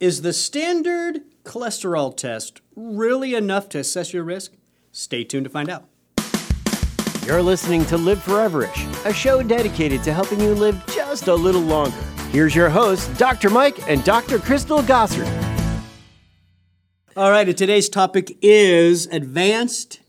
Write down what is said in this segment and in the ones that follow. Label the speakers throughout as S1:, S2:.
S1: Is the standard cholesterol test really enough to assess your risk? Stay tuned to find out.
S2: You're listening to Live Foreverish, a show dedicated to helping you live just a little longer. Here's your hosts, Dr. Mike and Dr. Crystal Gossard.
S1: All right, and today's topic is advanced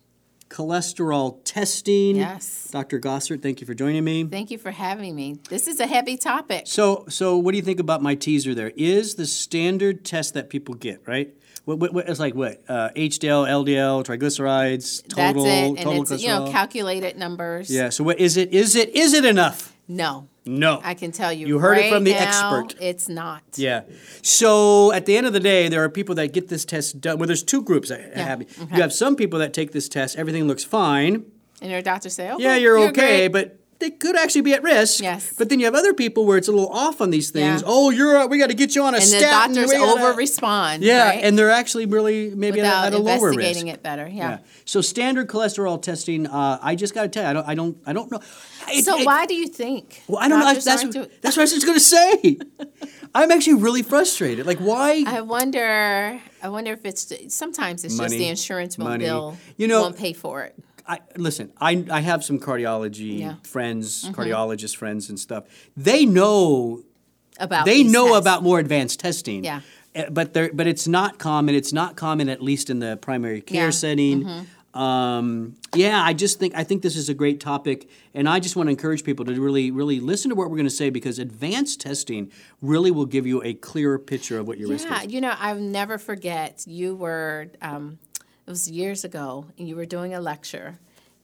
S1: cholesterol testing.
S3: Yes.
S1: Dr. Gossard, thank you for joining me.
S3: Thank you for having me. This is a heavy topic.
S1: So, so what do you think about my teaser there? Is the standard test that people get right? What, what, what it's like what uh, HDL, LDL, triglycerides, total,
S3: That's it. And
S1: total
S3: it's,
S1: cholesterol.
S3: you know, calculated numbers.
S1: yeah. So what is it? Is it is it enough?
S3: No,
S1: No.
S3: I can tell you.
S1: You heard it
S3: right
S1: from the
S3: now,
S1: expert.
S3: It's not.
S1: Yeah. So at the end of the day, there are people that get this test done. Well, there's two groups that
S3: Yeah.
S1: have it.
S3: Okay.
S1: You have some people that take this test. Everything looks fine.
S3: And your doctor say, okay,
S1: yeah, you're, okay,
S3: great.
S1: but they could actually be at risk.
S3: Yes.
S1: But then you have other people where it's a little off on these things.
S3: Yeah.
S1: Oh, you're uh, we got to get you on a
S3: and the
S1: statin.
S3: doctors
S1: we gotta-
S3: over respond.
S1: Yeah,
S3: right?
S1: and they're actually really maybe at a-
S3: without
S1: at a, lower risk.
S3: investigating it better. Yeah.
S1: So standard cholesterol testing, uh, I just got to tell you, I don't, I don't, I don't know. It-
S3: so
S1: it-
S3: why do you think?
S1: Well, I don't know. I-
S3: doctors
S1: That's
S3: aren't doing-
S1: what, that's what I was just gonna say. I'm actually really frustrated. Like, why?
S3: I wonder. I wonder if it's sometimes it's
S1: Money,
S3: just the insurance won't
S1: money.
S3: bill.
S1: You know-
S3: won't pay for it.
S1: I, listen, I, I have some cardiology
S3: Yeah. Mm-hmm.
S1: friends, cardiologist friends and stuff. They know
S3: About
S1: they
S3: these
S1: know
S3: tests.
S1: about more advanced testing.
S3: Yeah.
S1: Uh, But there, but it's not common. It's not common, at least in the primary care
S3: Yeah. Mm-hmm.
S1: setting. Um, yeah, I just think I think this is a great topic, and I just want to encourage people to really, really listen to what we're going to say because advanced testing really will give you a clearer picture of what your risk
S3: Yeah,
S1: is.
S3: you know, I'll never forget. You were, um, it was years ago, and you were doing a lecture,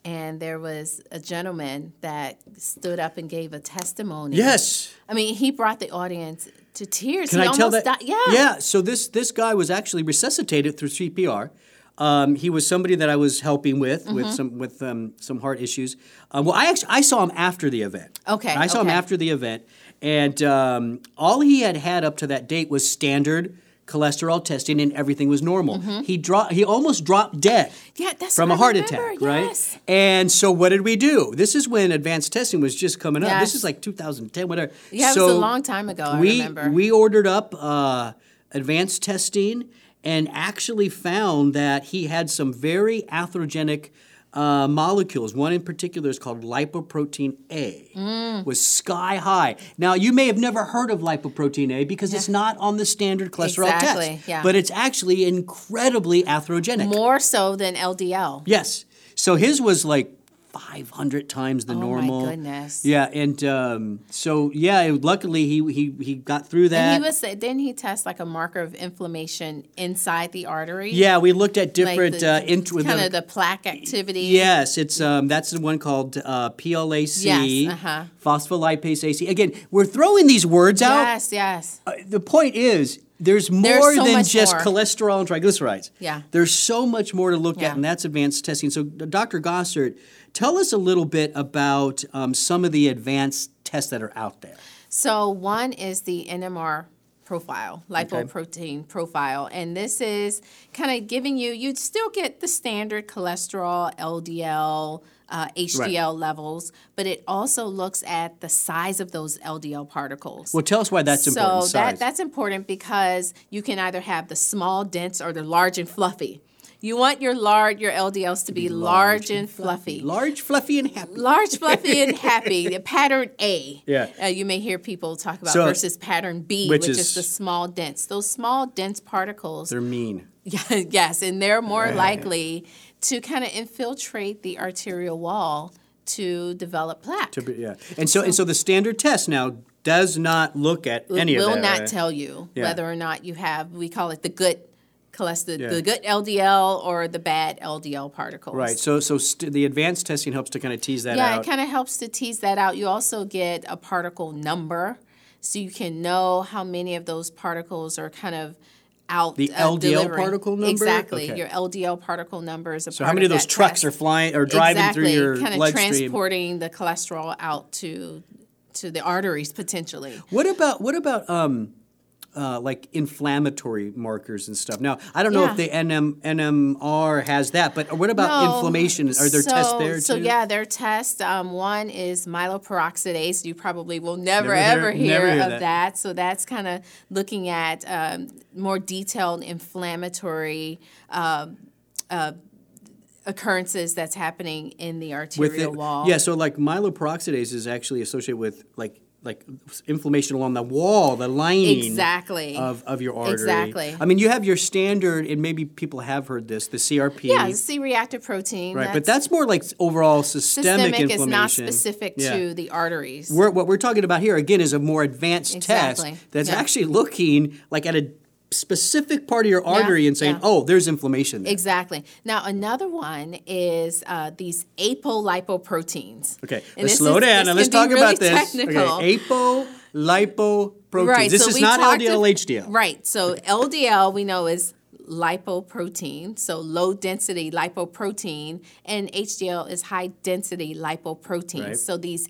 S3: and there was a gentleman that stood up and gave a testimony.
S1: Yes.
S3: I mean, he brought the audience to tears.
S1: Can
S3: he
S1: I tell
S3: almost
S1: that?
S3: Died. Yeah.
S1: Yeah. So this this guy was actually resuscitated through CPR. Um, he was somebody that I was helping with with
S3: Mm-hmm.
S1: some with um, some heart issues. Um, well, I actually I saw him after the event.
S3: Okay,
S1: I saw him
S3: okay.
S1: after the event, and um, all he had had up to that date was standard cholesterol testing, and everything was normal. He dro- He almost dropped dead
S3: Yeah, that's
S1: from
S3: what
S1: a
S3: Mm-hmm. I
S1: heart
S3: remember,
S1: attack, right?
S3: yes.
S1: And so, what did we do? This is when advanced testing was just coming up. This
S3: Yes.
S1: is like 2010, whatever.
S3: Yeah, it was a
S1: so
S3: long time ago, Oh, I
S1: we
S3: remember.
S1: we ordered up uh, advanced testing and actually found that he had some very atherogenic. Uh, molecules. One in particular is called lipoprotein A.
S3: Mm.
S1: Was sky high. Now you may have never heard of lipoprotein A because it's not on the standard cholesterol
S3: Exactly,
S1: test.
S3: yeah.
S1: But it's actually incredibly atherogenic.
S3: More so than LDL.
S1: Yes. So his was like 500 times the
S3: Oh, my
S1: normal.
S3: goodness.
S1: Yeah, and um, so yeah, it- luckily he he he got through that.
S3: And he was didn't he test like a marker of inflammation inside the artery?
S1: yeah, we looked at different uh, int- with
S3: kind
S1: the-
S3: of the plaque activity.
S1: Yes, it's um, that's the one called uh, PLAC,
S3: Yes, uh-huh.
S1: phospholipase AC. Again, we're throwing these words out.
S3: Yes, yes.
S1: Uh, the point is, there's more
S3: so
S1: than
S3: much
S1: just
S3: more.
S1: cholesterol and triglycerides.
S3: Yeah.
S1: There's so much more to look
S3: Yeah.
S1: at, and that's advanced testing. So, D- Dr. Gossard, tell us a little bit about um, some of the advanced tests that are out there.
S3: So one is the NMR profile, lipoprotein profile, and this is kind of giving you. You'd still get the standard cholesterol, LDL, uh, HDL levels, but it also looks at the size of those LDL particles.
S1: Well, tell us why that's important.
S3: So
S1: size.
S3: that, that's important because you can either have the small, dense, or the large and fluffy. You want your large, your LDLs to be large, and fluffy.
S1: large, fluffy, and happy.
S3: Large, fluffy, and happy. The pattern A.
S1: Yeah.
S3: Uh, you may hear people talk about
S1: So-
S3: versus pattern B,
S1: which
S3: which, is,
S1: is-
S3: the small, dense. Those small, dense particles.
S1: They're mean.
S3: Yeah, yes, and they're more likely to kind of infiltrate the arterial wall to develop plaque.
S1: To be- yeah. And so, and so the standard test now does not look at any
S3: will
S1: of that.
S3: not
S1: right?
S3: tell you
S1: Yeah.
S3: whether or not you have we call it the good cholesterol
S1: Yeah.
S3: the good LDL or the bad LDL particles.
S1: Right. So, so st- the advanced testing helps to kind of tease that
S3: Yeah,
S1: out.
S3: it kind of helps to tease that out. You also get a particle number so you can know how many of those particles are kind of out
S1: The
S3: uh,
S1: LDL
S3: delivering.
S1: particle number?
S3: Exactly.
S1: Okay.
S3: Your LDL particle number is a
S1: so, how many of those trucks are flying or driving through
S3: exactly,
S1: your
S3: kind of
S1: bloodstream?
S3: transporting the cholesterol out to to the arteries potentially.
S1: What about what about um, uh, like inflammatory markers and stuff. Now, I don't know if
S3: Yeah.
S1: the NM, NMR has that, but what about
S3: No,
S1: inflammation? Are there tests
S3: Oh, so-
S1: there
S3: So
S1: too?
S3: yeah, their test. Um, one is myeloperoxidase. You probably will never,
S1: Never hear-
S3: ever hear,
S1: never hear
S3: of
S1: that.
S3: that. So that's kind of looking at um, more detailed inflammatory. Um, uh, occurrences that's happening in the arterial
S1: With it-
S3: wall.
S1: Yeah, so like myeloperoxidase is actually associated with like like inflammation along the wall, the lining.
S3: Exactly.
S1: Of, of your artery.
S3: Exactly.
S1: I mean, you have your standard, and maybe people have heard this, the CRP.
S3: yeah, C-reactive protein.
S1: Right, but that's more like overall systemic,
S3: systemic is
S1: inflammation.
S3: not specific
S1: Yeah.
S3: to the arteries.
S1: We're, what we're talking about here again is a more advanced
S3: Exactly.
S1: test that's
S3: Yeah.
S1: actually looking like at a specific part of your artery and saying,
S3: yeah.
S1: "Oh, there's inflammation." There.
S3: Exactly. Now another one is uh, these apolipoproteins.
S1: Okay,
S3: And
S1: let's
S3: this
S1: slow
S3: is-
S1: down and let's
S3: this
S1: talk
S3: can be
S1: about
S3: really
S1: this.
S3: technical.
S1: Okay, apo lipoproteins.
S3: Right.
S1: this
S3: so
S1: is
S3: we
S1: not
S3: talked
S1: LDL
S3: a-
S1: HDL.
S3: Right. So LDL we know is lipoprotein, so low density lipoprotein, and HDL is high density lipoprotein.
S1: Right.
S3: So these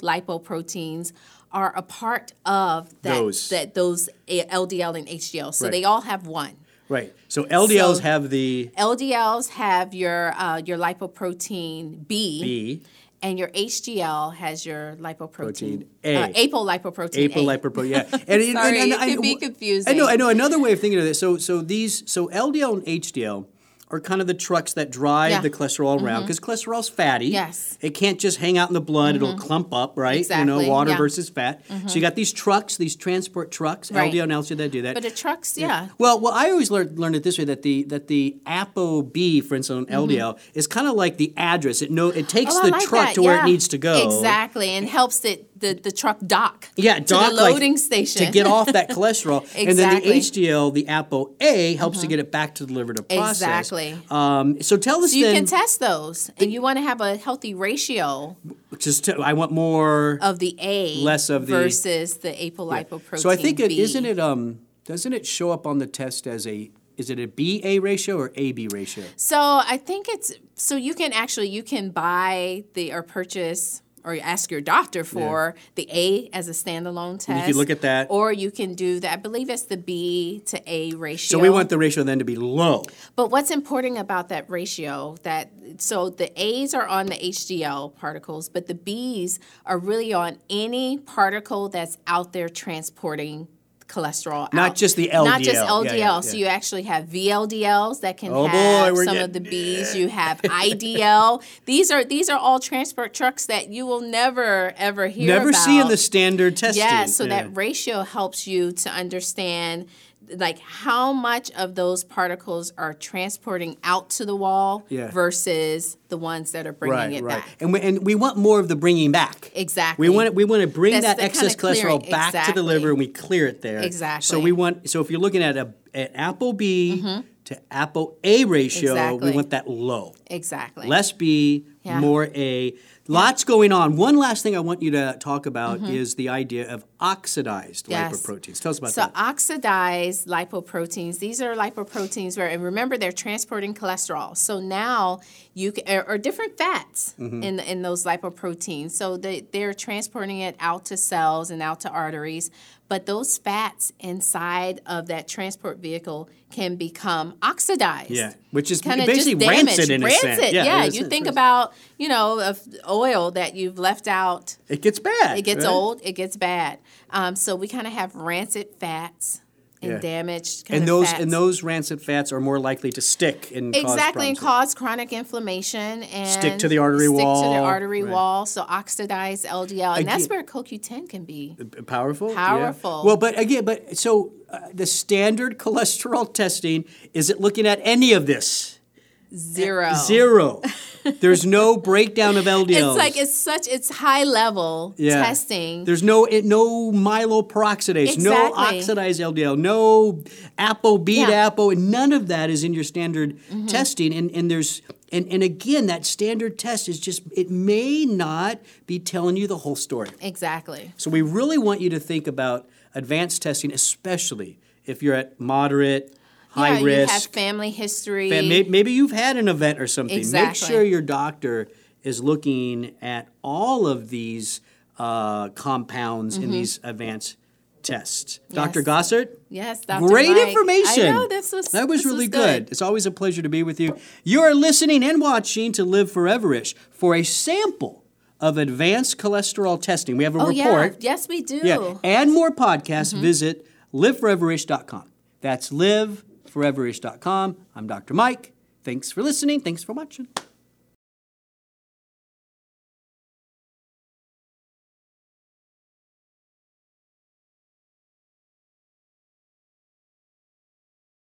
S3: apolipoproteins are a part of that
S1: Those.
S3: that those eh, A- LDL and HDL. So
S1: Right.
S3: they all have one.
S1: Right. So LDLs
S3: So-
S1: have the
S3: LDLs have your uh, your lipoprotein B,
S1: B
S3: and your HDL has your lipoprotein
S1: Protein A.
S3: uh, apolipoprotein. A.
S1: apolipoprotein. Yeah, and, it-
S3: Sorry, it
S1: I-
S3: can be confusing.
S1: I know. I know. Another way of thinking of this. So, so these, so LDL and HDL are kind of the trucks that drive
S3: Yeah. Mm-hmm.
S1: the cholesterol around because cholesterol's fatty.
S3: Yes. Mm-hmm.
S1: it can't just hang out in the blood; it'll clump up, right? You know,
S3: Exactly,
S1: water
S3: yeah. Mm-hmm.
S1: versus fat. So you got these trucks, these transport trucks,
S3: Right.
S1: LDL and HDL that do that.
S3: But the trucks, yeah.
S1: Well, well, I always learned, learned it this way that the that the ApoB, for instance, on LDL, is kind of like the address. It no, it takes
S3: Mm-hmm. Oh, I
S1: the
S3: like
S1: truck
S3: that,
S1: to where
S3: yeah.
S1: it needs to go.
S3: Exactly, and helps it the, the truck dock.
S1: Yeah,
S3: to
S1: dock
S3: the
S1: like,
S3: loading station
S1: to get off that cholesterol, and then the
S3: Exactly. Uh-huh.
S1: HDL, the ApoA, helps to get it back to the liver to process.
S3: Exactly.
S1: Um, so tell us
S3: So you
S1: then.
S3: can test those, and you want to have a healthy ratio
S1: just to, I want more.
S3: of the A
S1: Less of the-
S3: versus the apolipoprotein.
S1: so I think it
S3: B.
S1: isn't it um doesn't it show up on the test as a is it a BA ratio or AB ratio?
S3: So I think it's so you can actually you can buy the or purchase or ask your doctor for the A as a standalone test.
S1: you can look at that.
S3: or you can do that. I believe it's the B to A ratio.
S1: So we want the ratio then to be low.
S3: But what's important about that ratio that so the A's are on the HDL particles, but the B's are really on any particle that's out there transporting cholesterol
S1: Not
S3: out.
S1: just the
S3: Not just
S1: LDL.
S3: LDL.
S1: Yeah, yeah,
S3: So
S1: yeah.
S3: you actually have VLDLs that can
S1: Oh, boy,
S3: have
S1: we're
S3: some of the
S1: getting-
S3: B's. You have IDL. these are these are all transport trucks that you will never ever hear
S1: Never
S3: about.
S1: see in the standard testing.
S3: Yeah, so
S1: Yeah.
S3: that ratio helps you to understand like how much of those particles are transporting out to the wall
S1: Yeah.
S3: versus the ones that are bringing
S1: right,
S3: it
S1: right.
S3: back.
S1: And we, and we want more of the bringing back.
S3: Exactly.
S1: We want to, we want to bring
S3: That's
S1: that
S3: the
S1: excess
S3: kinda clearing.
S1: cholesterol back to
S3: Exactly.
S1: the liver and we clear it there. So
S3: Exactly. Mm-hmm.
S1: we want so if you're looking at a an apple B to apple A ratio,
S3: Exactly.
S1: we want that low.
S3: exactly.
S1: Less B,
S3: Yeah.
S1: more A. Lots going on. One last thing I want you to talk about is the idea of oxidized
S3: Mm-hmm. Yes.
S1: lipoproteins. Tell us about
S3: so
S1: that.
S3: oxidized lipoproteins. These are lipoproteins where, and remember, they're transporting cholesterol. So now you can, or, or different fats
S1: Mm-hmm.
S3: in in those lipoproteins. So they they're transporting it out to cells and out to arteries. But those fats inside of that transport vehicle can become oxidized.
S1: Yeah, which is
S3: Kinda
S1: basically
S3: just
S1: rancid
S3: damaged.
S1: in a
S3: rancid.
S1: sense. Yeah,
S3: Yeah,
S1: in a
S3: you
S1: sense,
S3: think
S1: rancid.
S3: about you know of oil that you've left out
S1: It gets bad.
S3: it gets
S1: right?
S3: old. It gets bad. Um, so we kind of have rancid fats and
S1: Yeah.
S3: damaged. Kind
S1: And
S3: of
S1: those
S3: fats.
S1: and those rancid fats are more likely to stick and cause
S3: exactly
S1: problems.
S3: and cause chronic inflammation and
S1: Stick to the artery
S3: stick to
S1: wall.
S3: the artery
S1: Right.
S3: wall. So oxidized LDL, and that's
S1: Again- Uh,
S3: where CoQ10 can be.
S1: powerful yeah.
S3: Powerful.
S1: well but again but so uh, the standard cholesterol testing is it looking at any of this
S3: Zero.
S1: uh, zero there's no breakdown of ldls
S3: Oh. It's like it's such it's high level
S1: Yeah.
S3: testing.
S1: there's no it, no myeloperoxidase no
S3: Exactly.
S1: oxidized ldl no apo b to
S3: Yeah. Mm-hmm.
S1: apo and none of that is in your standard testing and and there's and, and again that standard test is just it may not be telling you the whole story
S3: exactly.
S1: So we really want you to think about advanced testing, especially if you're at moderate, high
S3: yeah, You have
S1: risk.
S3: family history.
S1: Fa- may- Maybe you've had an event or something.
S3: Exactly.
S1: Make sure your doctor is looking at all of these uh, compounds in these advanced test. Dr.
S3: Mm-hmm. Yes.
S1: Gossard?
S3: Yes, Dr.
S1: Great
S3: Mike.
S1: information.
S3: I know this was
S1: that was
S3: this
S1: really
S3: good.
S1: It's always a pleasure to be with you. You are listening and watching to Live Foreverish for a sample of advanced cholesterol testing. We have a
S3: Oh yeah,
S1: report.
S3: yes we do.
S1: And more podcasts, visit liveforeverish.com. That's liveforeverish.com. I'm Dr. Mike. Thanks for listening. Thanks for watching.